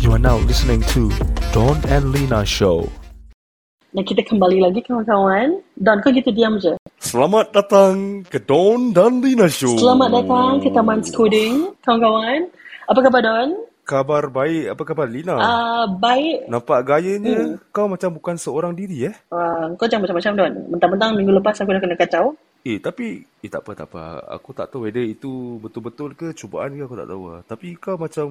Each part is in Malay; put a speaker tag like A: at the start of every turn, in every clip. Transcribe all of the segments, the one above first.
A: You are now listening to Don and Lina Show.
B: Dan kita kembali lagi kawan-kawan. Don, kau gitu diam je.
A: Selamat datang ke Don dan Lina Show.
B: Selamat datang ke Taman Skuding, kawan-kawan. Apa khabar Don?
A: Kabar baik, apa khabar Lina?
B: Ah, Hmm. baik.
A: Nampak gayanya kau macam bukan seorang diri eh.
B: Ah, kau jangan macam-macam Don. Mentang-mentang minggu lepas aku dah kena kacau.
A: Eh tapi eh tak apa tak apa. Aku tak tahu whether itu betul-betul ke cubaan ke aku tak tahu lah. Tapi kau macam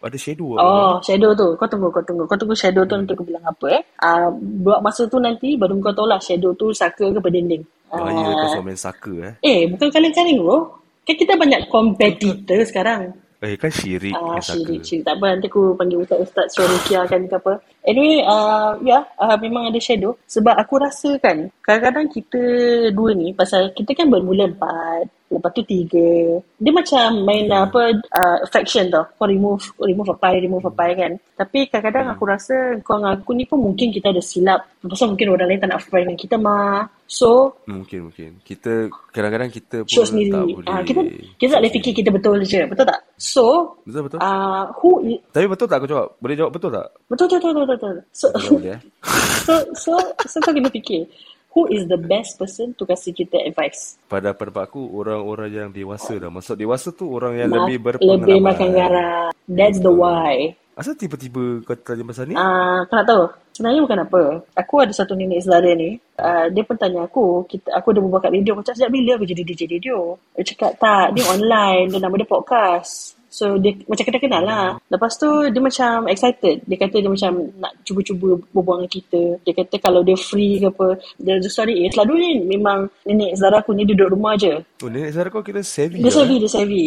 A: ada shadow lah.
B: Oh, shadow tu. Kau tunggu, kau tunggu. Kau tunggu shadow tu nanti aku bilang apa eh. Ah, buat masa tu nanti baru kau tahu lah shadow tu saka ke berdinding. Ah,
A: Bahaya kau suami saka eh.
B: eh, bukan kaleng-kaleng bro. Kan kita banyak kompetitor sekarang.
A: Eh kan syirik
B: Ah,
A: dengan saka.
B: syirik, syirik. Tak apa, nanti aku panggil Ustaz-Ustaz suruh rukiah kan ke apa. Anyway, uh, ya, yeah, uh, memang ada shadow. Sebab aku rasa kan, kadang-kadang kita dua ni, pasal kita kan bermula empat, lepas tu tiga. Dia macam main
A: Hmm.
B: apa, uh, fraction tau. Kau remove, remove a pie, remove a pie kan. Tapi kadang-kadang
A: Hmm.
B: aku rasa kau dengan aku ni pun mungkin kita ada silap. Pasal mungkin orang lain tak nak friend dengan kita mah. So,
A: Hmm, Mungkin mungkin. Kita kadang-kadang kita pun
B: show
A: tak
B: sendiri.
A: boleh.
B: Ah, kita kita tak boleh fikir kita betul je. Betul tak? So,
A: Betul betul.
B: uh, who i-
A: Tapi betul tak aku jawab? Boleh jawab betul tak?
B: Betul, betul, betul, betul, betul. So,
A: Boleh boleh eh.
B: so, so, so kau kena fikir, who is the best person to kasih kita advice?
A: Pada pendapat aku orang-orang yang dewasa dah. Maksud dewasa tu orang yang
B: Ma-
A: lebih berpengalaman.
B: lebih makan garam. That's the why.
A: Asal tiba-tiba kau tanya pasal ni?
B: Ah, kau nak tahu? Sebenarnya bukan apa. Aku ada satu nenek saudara ni. Uh, dia pun tanya aku, kita, aku ada berbual kat radio. Aku cakap, sejak bila aku jadi DJ radio? Dia cakap, tak. Dia online. Dia nama dia podcast. So, dia macam kenal-kenal lah. Lepas tu, dia macam excited. Dia kata dia macam nak cuba-cuba berbual dengan kita. Dia kata kalau dia free ke apa. Dia sorry, eh, selalu ni memang nenek saudara aku ni duduk rumah je.
A: Oh, nenek saudara kau kira savvy.
B: Dia
A: lah,
B: savvy, dia savvy.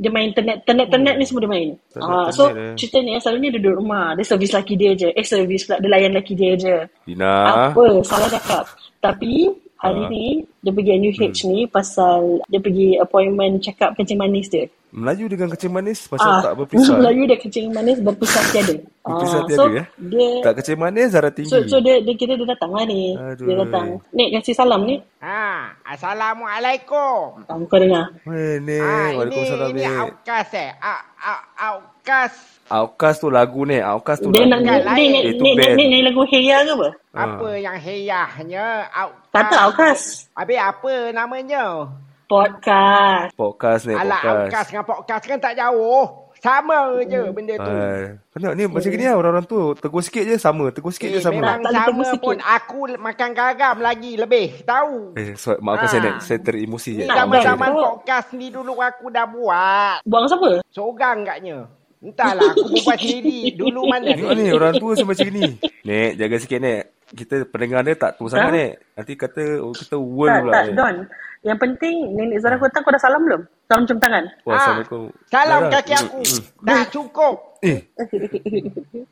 B: Dia main internet, internet, internet
A: Hmm.
B: ni semua dia main.
A: Internet,
B: Ah, so,
A: internet, eh.
B: cerita ni eh, selalunya dia duduk rumah. Dia servis laki dia je. Eh, servis pula. Dia layan laki dia je.
A: eh? Dina.
B: Apa? Salah cakap. Tapi, hari
A: Ah. Hmm.
B: ni, dia pergi NUH ni pasal dia pergi appointment cakap kencing manis dia. Ah,
A: Melayu dengan kecil manis pasal tak berpisah. eh?
B: Melayu dia kencing manis berpisah tiada.
A: Berpisah
B: Ah,
A: tiada,
B: so,
A: eh?
B: dia...
A: Tak kecil manis darah tinggi.
B: So, so dia, dia kira dia datang lah ni. Dia
A: Aduh.
B: datang. Nek, kasih salam ni.
C: Ha, Assalamualaikum.
B: Ah, kau dengar.
A: Weh, Nek.
B: Ah,
C: Ha,
A: Eh, Waalaikumsalam,
C: ini, ini
A: Nek.
C: Aukas eh. Au, au, Aukas.
A: Aukas tu lagu, Nek. Aukas tu
B: Dia nak
A: lagu.
B: dia, dia, dia,
A: Itu
B: dia, dia,
A: lah. band.
B: dia nyanyi lagu Heya ke apa?
A: Ah.
C: Apa yang heyahnya Aukas?
B: Tak tahu, Aukas.
C: Habis apa namanya?
B: Podcast.
A: Podcast, Nek.
C: Alah, Aukas
A: Podcast.
C: dengan podcast kan tak jauh. Sama je benda tu. Eh,
A: Hai. Kena ni macam gini lah orang-orang tu Tegur sikit je sama Tegur sikit je
C: Eh,
A: sama
C: memang
B: Tak ada
C: sama
B: tunggu
C: pun
B: sikit.
C: aku makan garam lagi lebih. Tahu.
A: Eh so, maafkan saya
C: Ah.
A: Nek Saya teremosi je
C: Ni
B: tak
C: zaman-zaman
B: boleh.
C: podcast ni dulu aku dah buat.
B: Buang siapa?
C: Seorang katnya. Entahlah, aku berbuat sendiri. Dulu mana
A: Tengok ni orang tua saya macam gini Nek jaga sikit Nek Kita pendengar dia tak tua sangat
B: Tak.
A: Nek Nanti kata oh, kita world
B: Tak,
A: pula
B: tak,
A: Nek.
B: Don. Yang penting nenek Zara kau datang kau dah salam belum? Salam cium tangan.
A: Wah, Assalamualaikum
C: Ah, Salam
A: Lara,
C: kaki
A: mm,
C: aku.
A: mm.
C: Dah cukup.
A: Eh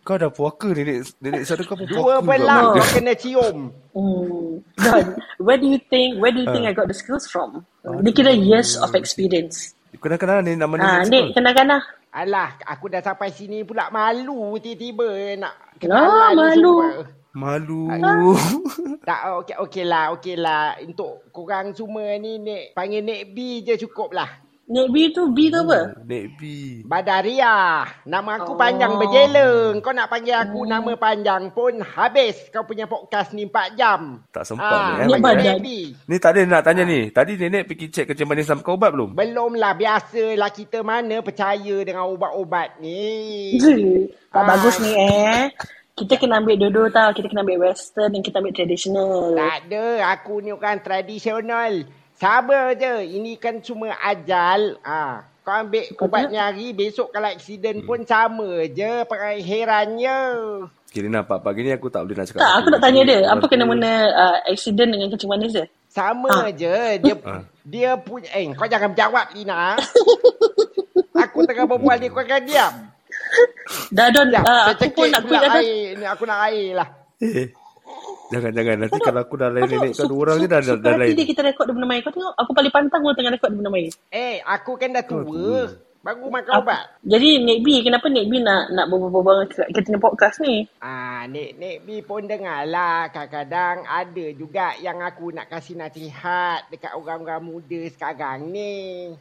A: Kau dah puaka nenek Nenek saudara kau pun
C: Dua
A: puaka
C: belah
A: kau.
C: kau kena cium.
B: Hmm. Don, where do you think where do you think I got the skills from? Dia kira years of experience.
A: Kenal-kenal ni nama
B: Ah,
A: nenek
B: Nek, kenal-kenal.
C: Alah, aku dah sampai sini pula malu tiba-tiba nak
B: Ah,
C: kenalan ni
B: malu.
C: semua.
A: Malu
B: Ah.
C: Tak, okey okay lah, okey lah. Untuk korang semua ni, Nek, panggil Nek B je cukup lah.
B: Nek B tu B tu apa?
A: Nek B
C: Badaria, nama aku
B: Oh.
C: panjang berjela. Kau nak panggil aku nama panjang pun habis kau punya podcast ni 4 jam. Ah,
A: Tak sempat ni, eh,
C: panggil
B: badan.
C: Nek B.
A: Ni tak ada nak tanya ni Tadi nenek pergi cek kerja manis sama kau ubat belum?
C: Belumlah biasalah kita mana percaya dengan ubat-ubat ni.
B: Je. Tak
C: Ah.
B: bagus ni eh. Kita kena ambil dua-dua tau. Kita kena ambil western dan kita ambil traditional.
C: Tak ada, aku ni orang tradisional. Sabar je, ini kan cuma ajal. Ha. Kau ambil
B: Betul.
C: ubatnya hari, besok kalau aksiden pun sama je pengakhirannya.
A: Kira nampak pagi ni aku tak boleh nak cakap
B: Tak, aku nak tanya dia. Apa
A: Lepas tu-
B: kena-mena uh, accident dengan kencing manis dia?
C: Sama je, dia
A: Ah.
C: dia punya... Eh, kau jangan jawab, Lina. aku tengah berbual dia, kau akan diam.
B: Dah, Don.
C: Diam,
B: Uh, aku
C: tercekik
B: pun nak
C: pula
B: quit lah, Don.
C: air. Ni, aku nak air lah.
A: Eh, jangan-jangan nanti kalau aku dah lain
B: Kau
A: nenek
B: tengok,
A: kau dua orang je dah dah,
B: super
A: dah
B: happy
A: lain.
B: dia kita rekod dia benda main. Kau tengok, aku paling pantang orang tengah rekod dia benda main.
C: Eh, aku kan dah
A: Kau
C: tua.
A: tua.
C: Baru makan ubat.
B: Jadi Nek B, kenapa Nek B nak nak berbual-bual kat kita punya podcast ni?
C: Ah, Nek Nek B pun dengar lah kadang-kadang ada juga yang aku nak kasih nasihat dekat orang-orang muda sekarang ni.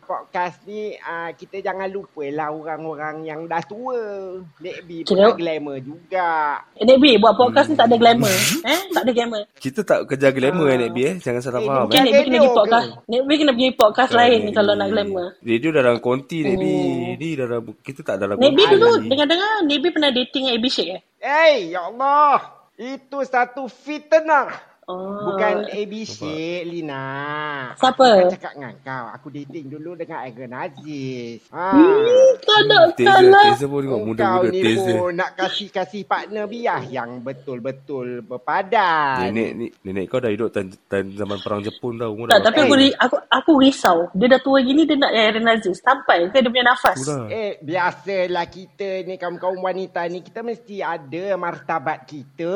C: Podcast ni ah, kita jangan lupalah orang-orang yang dah tua. Nek B pun
B: Kira-
C: ada glamour juga.
B: Eh, Nek B, buat podcast ni tak ada glamour.
A: Hmm.
B: eh? Tak ada glamour.
A: Kita tak kerja glamour
C: Ah.
A: eh, Nek B eh. Jangan salah
C: Eh,
A: faham
B: Mungkin
C: Dah
B: Nek B kena
C: radio
B: pergi
C: ke?
B: podcast. Nek B kena pergi podcast lain ni kalau nak glamour.
A: Radio dalam konti Nek B.
B: Oh.
A: Ni dalam, kita tak dalam
B: Nek B
A: konti.
B: dulu dengar-dengar Nek B pernah dating dengan AB Sheikh eh?
C: Hey, ya Allah. Itu satu fitnah.
B: Oh.
C: Bukan ABC, Lina.
B: Siapa?
C: Aku cakap dengan kau. Aku dating dulu dengan Egan Aziz. Ha.
B: Hmm, tak lah. ada
A: Teza,
B: kalah.
A: Teza pun tengok
C: Oh, Kau
A: muda-muda
C: ni
A: Teza.
C: pun nak kasih-kasih partner biah yang betul-betul berpadan.
A: Nenek ni, nenek kau dah hidup tan, tan zaman perang Jepun tau. Umur
B: Tak,
A: dah
B: tapi
C: Eh.
B: aku, ri- aku aku risau. Dia dah tua gini, dia nak Aaron Aziz. Sampai ke dia punya nafas?
A: Tu lah.
C: Eh, biasalah kita ni kaum-kaum wanita ni kita mesti ada martabat kita.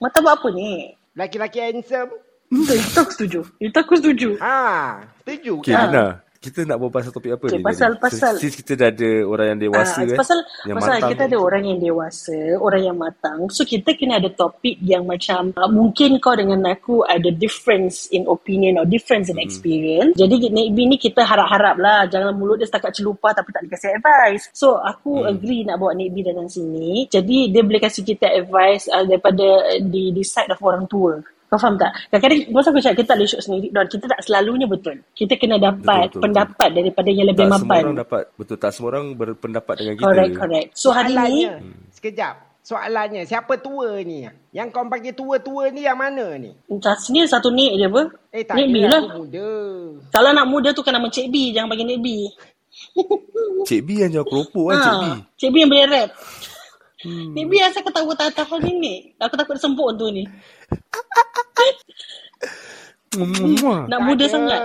B: Mata buat apa ni?
C: Laki-laki handsome.
B: Betul, itu aku setuju. Itu aku setuju.
C: Ha, setuju
A: Okay,
C: kan?
B: Ah.
A: Lina. Kita nak berbual pasal topik apa
B: Okay,
A: ni?
B: pasal-
A: tadi?
B: pasal.
A: Since, since kita dah ada orang yang dewasa
B: Ah,
A: eh.
B: pasal pasal
A: matang. kan.
B: kita ada orang yang dewasa, orang yang matang. So kita kena ada topik yang macam ah, mungkin kau dengan aku ada difference in opinion or difference in
A: Hmm.
B: experience. Jadi Nek B ni kita harap-harap lah jangan mulut dia setakat celupah tapi tak dikasih advice. So aku
A: Hmm.
B: agree nak bawa Nek B datang sini. Jadi dia boleh kasi kita advice ah, daripada ah, di, di side of orang tua. Kau faham tak? Kadang-kadang masa aku cakap kita tak boleh shoot sendiri Don. Kita tak selalunya betul. Kita kena dapat
A: betul, betul.
B: pendapat daripada yang
A: Tak
B: lebih
A: semua
B: mapan.
A: orang dapat, betul tak semua orang berpendapat dengan kita.
B: Correct, correct. So hari ni,
C: Soalannya,
A: Hmm.
C: sekejap. Soalannya, siapa tua ni? Yang kau panggil tua-tua ni yang mana ni?
B: Tasnya Hmm. satu Nik je apa?
C: Eh, tak
B: Nik B
C: kira
B: lah.
C: aku muda.
B: Kalau nak muda tu kan nama Cik B. Jangan panggil Nik B. Ha,
A: Cik B yang jangan keropok kan
B: Ah.
A: Cik B. Hmm.
B: Cik B yang boleh rap. Nik B asal ketawa tak tahan ni Nik. Aku takut sempuk tu ni.
A: Muah.
B: Nak
C: Tak
B: Hmm. muda
C: ada.
B: sangat.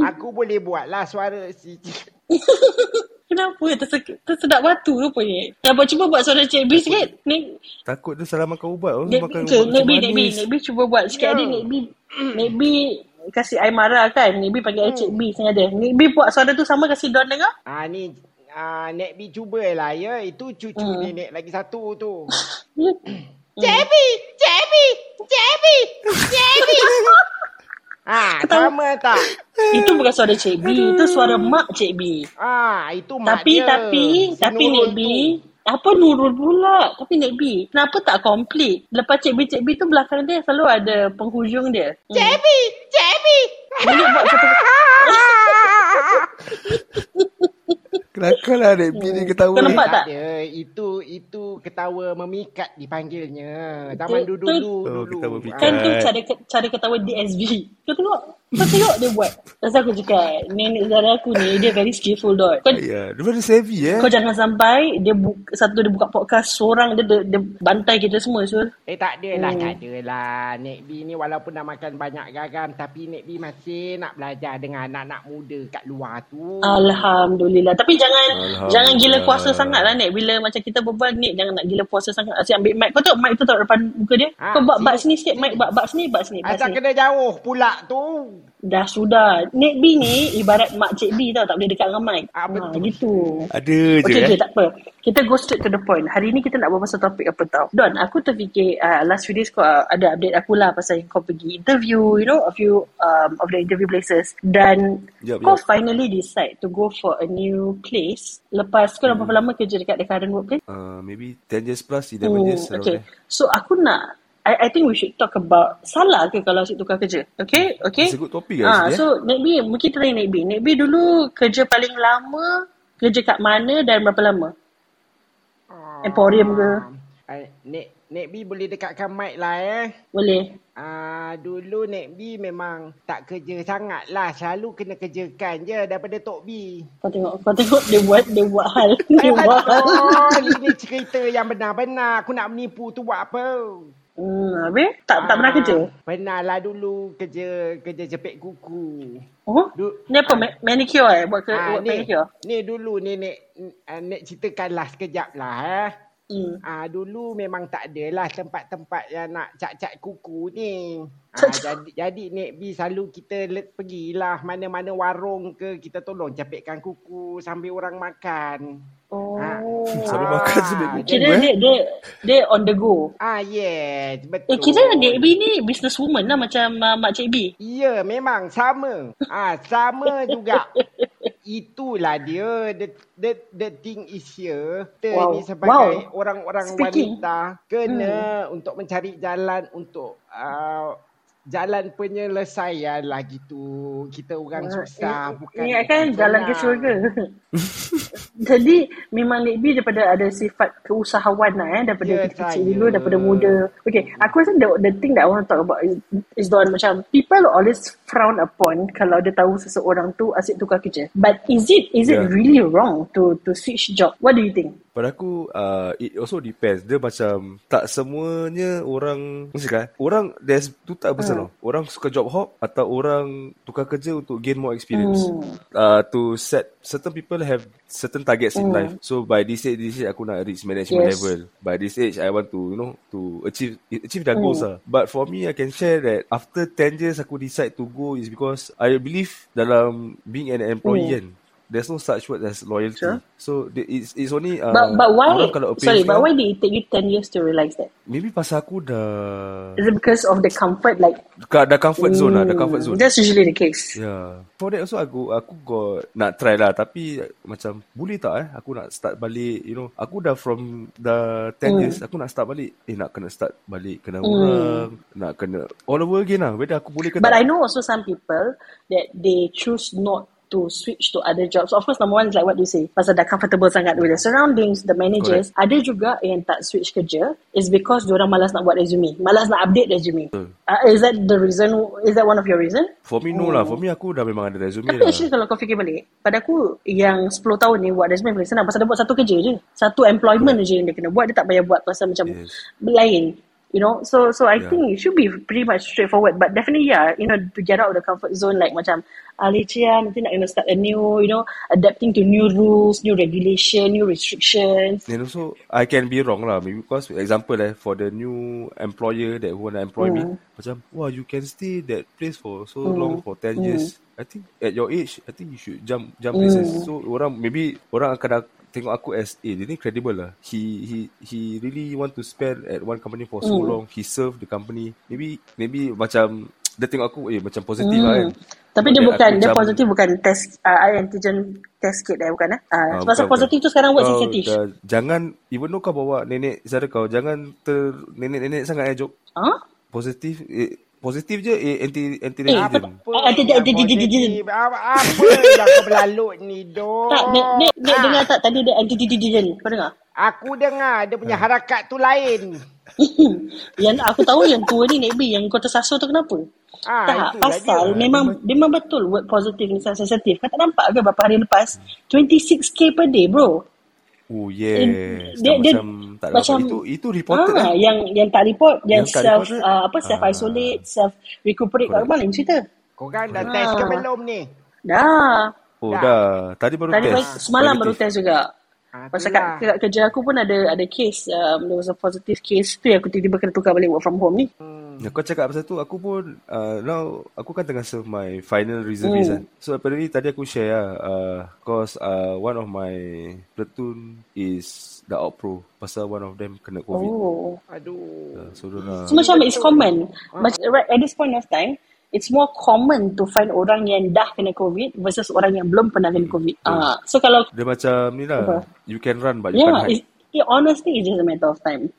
C: Aku boleh buat lah suara si...
B: Kenapa? Terse- tersedak batu ke apa ni? Dapat cuba buat suara Cik B sikit. Nik,
A: Takut dia salah makan ubat. orang
B: Nek B,
A: makan
B: okay,
A: ubat
B: Nek B,
A: macam
B: Nek B,
A: manis.
B: Nek B cuba buat sikit
C: Ya.
B: yeah. hari Nek B, Nek B kasih I marah kan. Nek B panggil I
C: Hmm.
B: Cik B sengaja. Nek B buat suara tu sama kasih Don dengar.
C: Ah ni ah, Nek B cubalah ya. Itu cucu
B: Hmm.
C: nenek lagi satu tu.
B: Ya.
C: Eh.
B: Cebi, Cebi, Cebi, Cebi.
C: Ah
B: Ketawa.
C: sama tak?
B: Itu bukan suara Cik B, itu suara mak Cik B.
C: Ah itu mak
B: Tapi
C: dia.
B: tapi
C: Si
B: tapi Nek
C: Nurul
B: B apa Nurul pula? Tapi Nek B, kenapa tak komplit? Lepas Cik B, Cik B tu belakang dia selalu ada penghujung dia. Cik B, Cik B. Boleh buat satu
A: Kelakarlah Nek B ni ketawa.
C: tu.
B: Hmm. Kau nampak
C: Eh,
B: tak?
C: Ada. Itu itu ketawa memikat dipanggilnya. Zaman
B: Tu-
C: dulu
B: tu-
C: dulu.
A: Oh, ketawa memikat.
B: Kan tu
A: Right.
B: cara cara ketawa DSV. Kau tengok, kau tengok dia buat. Lepas tu aku cakap, nenek saudara aku ni, dia very skillful dot. Kau,
A: Ya, dia ada savvy eh.
B: kau jangan sampai, dia bu- satu dia buka podcast, seorang dia, dia, dia bantai kita semua. So,
C: Eh tak adalah,
B: Hmm.
C: tak adalah. Nek B ni walaupun dah makan banyak garam tapi Nek B masih nak belajar dengan anak-anak muda kat luar tu.
B: Ah, Alhamdulillah. Tapi jangan
A: Alhamdulillah.
B: jangan gila kuasa sangat lah, Nek. Bila macam kita berbual, Nek, jangan nak gila kuasa sangat. Asyik ambil mic. Kau tengok mic tu taruh depan muka dia.
C: Ah,
B: Kau bak-bak
C: sini.
B: sini sikit, mic bak-bak sini, bak sini, bak
C: Asal
B: sini.
C: kena jauh pula tu.
B: Dah sudah. Nek B ni ibarat mak Cik B tau. Tak boleh dekat dengan mic.
C: Ah,
B: Ha,
C: betul.
B: gitu.
A: Ada je
B: Okay, okay,
A: eh.
B: tak apa. Kita go straight to the point. Hari ni kita nak berbual pasal topik apa tau. Don, aku terfikir uh, last few days kau uh, ada update aku lah pasal yang kau pergi interview, you know, a few um, of the interview places. Dan
A: Yup,
B: kau
A: yup.
B: finally decide to go for a new place. Lepas kau dah
A: Hmm.
B: berapa lama kerja dekat the current workplace?
A: Uh, maybe 10 years plus, 11
B: Oh,
A: years. around
B: okay.
A: there.
B: So aku nak I, I think we should talk about salah ke kalau asyik tukar kerja. Okay? Okay?
A: It's a Hmm. good topic, guys,
B: Ah,
A: ni, eh.
B: So, Nek B, mungkin kita tanya Nek B. Nek B dulu kerja paling lama, kerja kat mana dan berapa lama? Emporium ke?
C: Ah, Nek, Nek B boleh dekatkan mic lah eh.
B: Boleh.
C: Ah, dulu Nek B memang tak kerja sangat lah. Selalu kena kerjakan je daripada Tok B.
B: Kau tengok, kau tengok dia buat, dia buat hal. Dia
C: Eh,
B: buat hal.
C: betul. Ini cerita yang benar-benar. Aku nak menipu tu buat apa?
B: Hmm, habis? Tak, tak pernah
C: Ah,
B: kerja?
C: Pernah lah dulu kerja kerja jepit kuku.
B: Oh?
C: Du-
B: Ni apa, ma- manicure eh? Buat, ke, buat
C: Ah, ni,
B: manicure?
C: ni dulu ni nek, ah, nek ceritakan lah sekejap lah eh.
B: Hmm.
C: Ah dulu memang tak adalah tempat-tempat yang nak cak-cak kuku ni. Ah
B: Cak-cak.
C: jadi jadi Nek B selalu kita le- pergilah mana-mana warung ke kita tolong capitkan kuku sambil orang makan.
B: Oh.
C: Ah.
A: Selalu
C: Ah,
A: makan sambil kuku,
B: Kira
A: eh.
B: dia, dia dia on the go.
C: Ah yes, betul.
B: Eh kira Nek B ni businesswoman lah macam uh, Mak Cik B.
C: Ya, memang sama. Ah, sama juga. Itulah dia the the the thing is here. Kita
B: Wow.
C: wow. ni sebagai
B: Wow.
C: orang-orang
B: Speaking.
C: wanita kena hmm. untuk mencari jalan untuk uh, jalan penyelesaian lah gitu. Kita
B: Ah,
C: orang susah
B: ini-
C: bukan. lah.
B: Ini akan
C: senang.
B: jalan ke syurga. Jadi memang Nek B daripada ada sifat keusahawan lah eh. Daripada
C: Ya,
B: kecil-kecil
C: saya.
B: dulu, daripada muda. Okay, aku rasa the, the thing that I want to talk about is, is the one macam people always frown upon kalau dia tahu seseorang tu asyik tukar kerja. But is it is it
A: Yeah.
B: really wrong to to switch job? What do you think?
A: Pada aku, uh, it also depends. Dia macam tak semuanya orang, mesti kan? Orang, there's two type of person
B: Hmm.
A: tau. Orang suka job hop atau orang tukar kerja untuk gain more experience.
B: Hmm.
A: Uh, to set, certain people have certain targets in
B: Hmm.
A: life. So by this age, this age aku nak reach management
B: Yes.
A: level. By this age, I want to, you know, to achieve achieve their goals
B: Hmm.
A: lah. But for me, I can share that after 10 years aku decide to go is because I believe dalam being an employee
B: Hmm.
A: kan. There's no such word as loyalty.
B: Sure.
A: So the- it's it's only uh,
B: But but why?
A: orang kalau
B: Sorry,
A: appearance
B: but
A: kau,
B: why did it take you 10 years to realize that?
A: Maybe pasal aku dah
B: Is it because of the comfort like
A: dah, dah comfort zone lah, dah
B: Hmm,
A: comfort zone.
B: That's usually the case.
A: Yeah. For that also aku aku got nak try lah tapi macam boleh tak eh aku nak start balik you know aku dah from dah 10
B: Hmm.
A: years aku nak start balik eh nak kena start balik kena
B: Hmm.
A: orang nak kena all over again lah whether aku boleh ke
B: But I
A: tak.
B: know also some people that they choose not to switch to other jobs. Of course, number one is like what you say. Pasal dah comfortable sangat with the surroundings, the managers. Ada juga yang tak switch kerja is because diorang malas nak buat resume. Malas nak update resume. Uh, is that the reason? Is that one of your reason?
A: For me no lah for me aku dah memang ada
B: Oh.
A: resume
B: Tapi
A: lah. dah.
B: actually kalau kau fikir balik, pada aku yang 10 tahun ni buat resume paling senang. Pasal dia buat satu kerja je. Satu employment je yang dia kena buat. Dia tak payah buat pasal macam
A: Ya. Yes. Ya.
B: lain. You know, so so I
A: Yeah.
B: think it should be pretty much straightforward. But definitely, yeah, you know, to get out of the comfort zone, like macam ah, leceh lah, nanti nak kena start a new, you know, adapting to new rules, new regulation, new restrictions.
A: And also, I can be wrong lah. Maybe because, for example, eh, for the new employer that want to employ
B: Hmm.
A: me, macam, wah, you can stay that place for so long, for 10
B: Hmm.
A: years. I think at your age, I think you should jump jump places. So, orang, maybe orang akan ak- tengok aku as, eh, dia ni credible lah. He he he really want to spend at one company for
B: Hmm.
A: so long. He serve the company. Maybe maybe macam, dia tengok aku, eh, macam positif lah kan.
B: Hmm. Tapi
A: Not
B: dia
A: that
B: bukan,
A: aku
B: dia
A: jump-
B: positif bukan test, uh, antigen test kit eh, bukan eh? Uh,
A: Ah,
B: pasal
A: bukan,
B: positif
A: bukan.
B: tu sekarang buat
A: Kau
B: sensitif.
A: dah- Jangan, even though kau bawa nenek saudara kau, jangan ter nenek-nenek sangat eh, Jok.
B: Huh?
A: Positif, eh, positif je eh, anti anti
B: Eh,
A: racism.
B: apa- Ah, ah, tidak, tidak,
C: yang
B: tidak, tidak.
C: positif? Apa apa yang kau berlalut ni, dok?
B: Tak, dia, dia, dia
C: Ah.
B: dengar tak tadi dia anti-antigen. Kau dengar?
C: Aku dengar dia punya harakat tu lain.
B: yang aku tahu yang tua ni Nek B yang kau tersasar tu kenapa?
C: Ah,
B: tak,
C: itulah
B: pasal
A: dia.
B: memang memang betul word positif ni sangat sensitif. Kau tak nampak ke beberapa hari lepas 26k per day bro. In-
A: Oh yes.
B: Eh, dia-
A: Dah
B: dia-
A: macam tak ada
B: macam-
A: apa. Itu itu reported
B: ah,
A: eh.
B: yang yang tak report, yang,
A: Yang tak
B: self
A: report,
B: uh, apa self
A: ah.
B: isolate, self recuperate kat
A: Correct.
B: rumah lain cerita.
C: Korang dah test ke
B: Ah.
C: belum ni?
B: Dah.
A: Oh dah. Tadi baru
B: Tadi
A: test.
B: baru- semalam baru
A: Positif.
B: test juga.
C: Ah,
B: Pasal kat,
C: itulah.
B: kat kerja aku pun ada ada case um, there was a positive case tu yang aku tiba-tiba kena tukar balik work from home ni.
A: Ya, kau cakap pasal tu aku pun uh, now aku kan tengah serve my final reservist
B: Hmm.
A: kan. So apparently tadi aku share lah uh, cause uh, one of my platoon is the out pro pasal one of them kena covid. Ah.
B: Oh.
C: Aduh.
A: So dia
B: So macam it's common.
C: Ah.
B: Macam right at this point of time, it's more common to find orang yang dah kena COVID versus orang yang belum pernah kena COVID. Ah, uh, so kalau
A: dia macam ni
B: Apa?
A: lah. You can run but you
B: yeah,
A: can't hide.
B: it's, it honestly it's just a matter of time.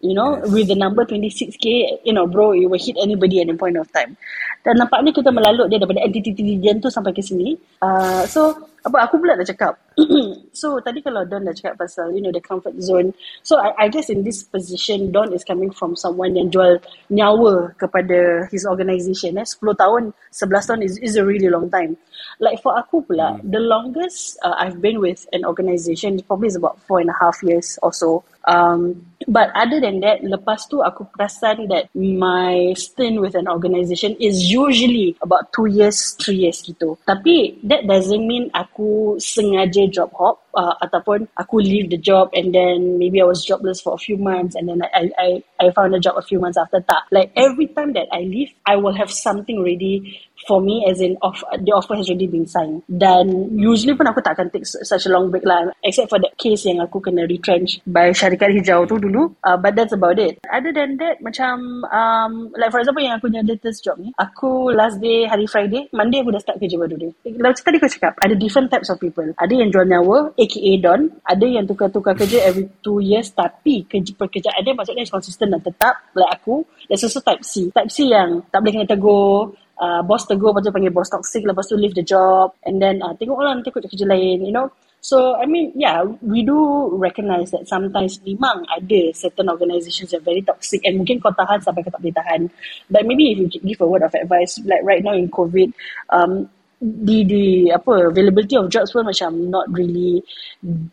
B: You know,
A: Yes.
B: with the number 26k, you know, bro, you will hit anybody at any point of time. Dan nampaknya kita melalut dia daripada anti-antigen tu sampai ke sini. Uh, so, apa aku pula dah cakap. so, tadi kalau Don dah cakap pasal, you know, the comfort zone. So, I, I guess in this position, Don is coming from someone yang jual nyawa kepada his organisation. Eh. 10 tahun, 11 tahun is, is a really long time. Like for aku pula, the longest uh, I've been with an organisation probably is about four and a half years or so. Um, But other than that, lepas tu aku perasan that my stint with an organisation is usually about two years, three years gitu. Tapi that doesn't mean aku sengaja job hop uh, ataupun aku leave the job and then maybe I was jobless for a few months and then I, I, I found a job a few months after tak. Like every time that I leave, I will have something ready for me as in off, the offer has already been signed dan usually pun aku tak akan take such a long break lah except for that case yang aku kena retrench by syarikat hijau tu dulu uh, but that's about it other than that macam um, like for example yang aku punya latest job ni aku last day hari Friday Monday aku dah start kerja baru dia like, macam tadi aku cakap ada different types of people ada yang jual nyawa aka don ada yang tukar-tukar kerja every 2 years tapi kerja pekerjaan dia maksudnya konsisten dan tetap like aku there's also type C type C yang tak boleh kena tegur uh, boss tegur lepas tu panggil boss toxic lepas tu leave the job and then uh, tengoklah nanti aku kerja lain you know So, I mean, yeah, we do recognize that sometimes memang ada certain organizations yang very toxic and mungkin kau tahan sampai kau tak boleh tahan. But maybe if you give a word of advice, like right now in COVID, um, the the apa availability of jobs pun macam not really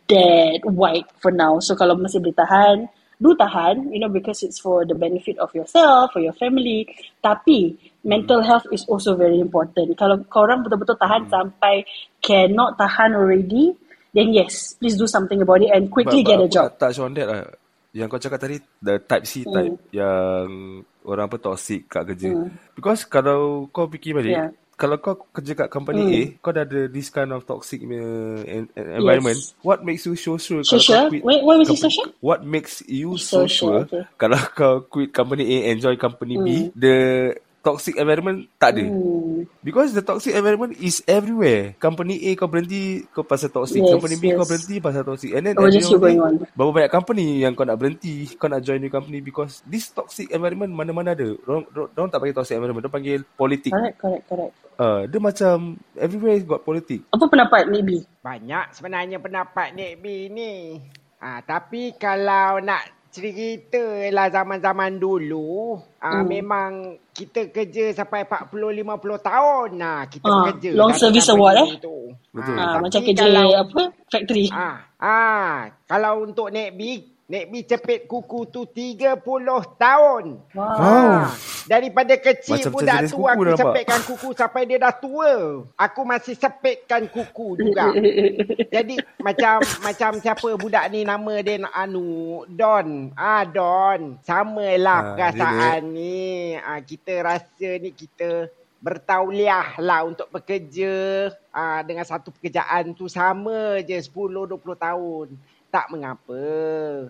B: that wide for now. So kalau masih boleh tahan, do tahan, you know, because it's for the benefit of yourself, for your family. Tapi mental health is also very important. Kalau korang betul-betul tahan hmm. sampai cannot tahan already, then yes, please do something about it and quickly but, get
A: but
B: a job.
A: Touch on that lah. Yang kau cakap tadi, the type C type hmm. yang orang apa toxic kat kerja. Hmm. Because kalau kau fikir balik, yeah kalau kau kerja kat company
B: Hmm.
A: mm. A, kau dah ada this kind of toxic uh, environment. Yes. What makes you so sure
B: so kalau sure? kau quit? Wait, what makes you so sure?
A: What makes you so, so sure, sure okay. kalau kau quit company A and join company mm. B,
B: Hmm.
A: the toxic environment tak ada. Hmm. Because the toxic environment is everywhere. Company A kau berhenti kau pasal toxic, yes, company B yes. kau berhenti pasal toxic. And then
B: oh, just you going on.
A: Berapa banyak company yang kau nak berhenti, kau nak join new company because this toxic environment mana-mana ada. Orang orang tak panggil toxic environment, dia panggil politik.
B: Correct, correct, correct.
A: Uh, dia macam everywhere got politik.
B: Apa pendapat Nick
C: Banyak sebenarnya pendapat Nick B ni. Ah, ha, tapi kalau nak cerita lah zaman-zaman dulu hmm. uh, memang kita kerja sampai 40 50 tahun nah kita uh, kerja
B: Ah, long service award eh tu. betul uh,
C: Ha,
B: macam kerja kalau, apa factory
C: ah uh, uh, kalau untuk Nek B Nek B cepit kuku tu 30 tahun. Wow. wow. Ah. Daripada kecil Oh. Macam budak tu kuku aku nampak. sepitkan kuku sampai dia dah tua. Aku masih sepitkan kuku juga. Jadi macam macam siapa budak ni nama dia anu Don. Ah Don. Samalah ha, perasaan dia. ni. Ah kita rasa ni kita bertauliah lah untuk bekerja ah dengan satu pekerjaan tu sama je 10 20 tahun tak mengapa.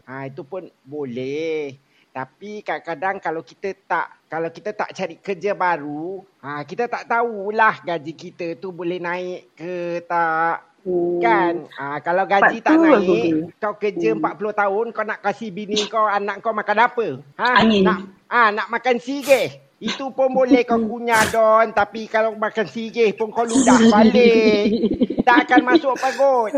C: Ha, itu pun boleh. Tapi kadang-kadang kalau kita tak kalau kita tak cari kerja baru, ha, kita tak tahulah gaji kita tu boleh naik ke tak. Hmm. Kan? Ha, kalau gaji tak naik, aku. kau kerja hmm. 40 tahun, kau nak kasih bini kau, anak kau makan apa? Ha, Angin. nak, ha, nak makan sirih. Itu pun boleh kau kunyah Don Tapi kalau makan sirih pun kau ludah balik Tak akan masuk pagut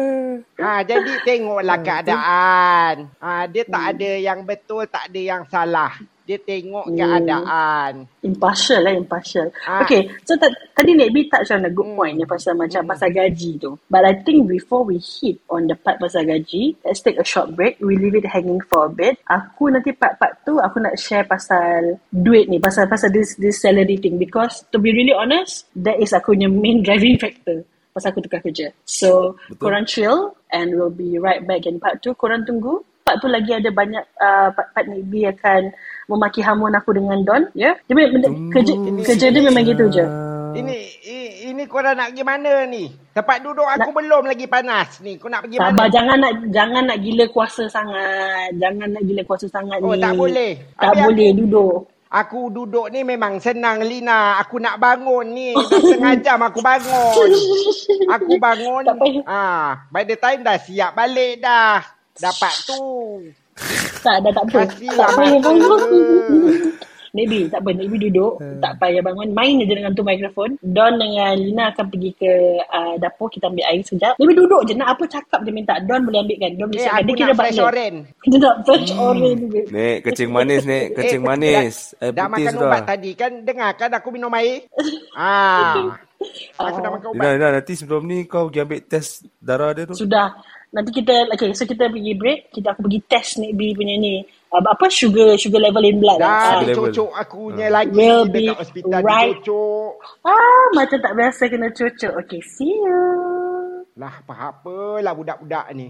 C: ha, Jadi tengoklah keadaan ha, Dia tak ada yang betul Tak ada yang salah dia tengok keadaan.
B: Impartial lah, impartial. Ah. Okay, so t- tadi Nek B touch on a good point ni pasal macam mm. pasal gaji tu. But I think before we hit on the part pasal gaji, let's take a short break. We leave it hanging for a bit. Aku nanti part-part tu aku nak share pasal duit ni, pasal pasal this this salary thing because to be really honest, that is aku punya main driving factor pasal aku tukar kerja. So, Betul. korang chill and we'll be right back in part 2. Korang tunggu part tu lagi ada banyak uh, part, part Nick B akan memaki hamun aku dengan Don ya yeah? dia benda, hmm, kerja ini, kerja dia memang uh, gitu je
C: ini ini korang nak pergi mana ni tempat duduk aku nak, belum lagi panas ni kau nak pergi
B: sabar,
C: mana
B: jangan nak jangan nak gila kuasa sangat jangan nak gila kuasa sangat
C: oh,
B: ni
C: tak boleh
B: tak Habis boleh aku, duduk
C: Aku duduk ni memang senang Lina. Aku nak bangun ni. Setengah jam aku bangun. Aku bangun. Ah, ha, by the time dah siap balik dah. Dapat tu.
B: Tak, dah tak apa. Kasihlah tak payah bangun. Maybe tak apa Maybe duduk hmm. Tak payah bangun Main je dengan tu mikrofon Don dengan Lina akan pergi ke uh, Dapur Kita ambil air sekejap Maybe duduk je Nak apa cakap dia minta Don boleh ambil kan Don boleh
C: eh, Dia kira fresh orange
B: Dia nak fresh hmm. orange
A: Nek kecing manis Nek Kecing eh, manis
C: Dah, dah makan sudah. ubat tadi kan Dengar kan aku minum air Ah,
A: Aku dah makan ubat Lina, Lina nanti sebelum ni Kau pergi ambil test darah dia tu
B: Sudah Nanti kita okay, so kita pergi break, kita aku pergi test Nek B punya ni. Uh, apa sugar sugar level in blood. Ah,
C: Dah
A: level.
C: cucuk akunya
A: Ah.
C: lagi
B: Will be
C: dekat hospital
B: right.
C: cucuk.
B: ah, macam tak biasa kena cucuk. Okay, see you.
C: Lah apa-apalah budak-budak ni.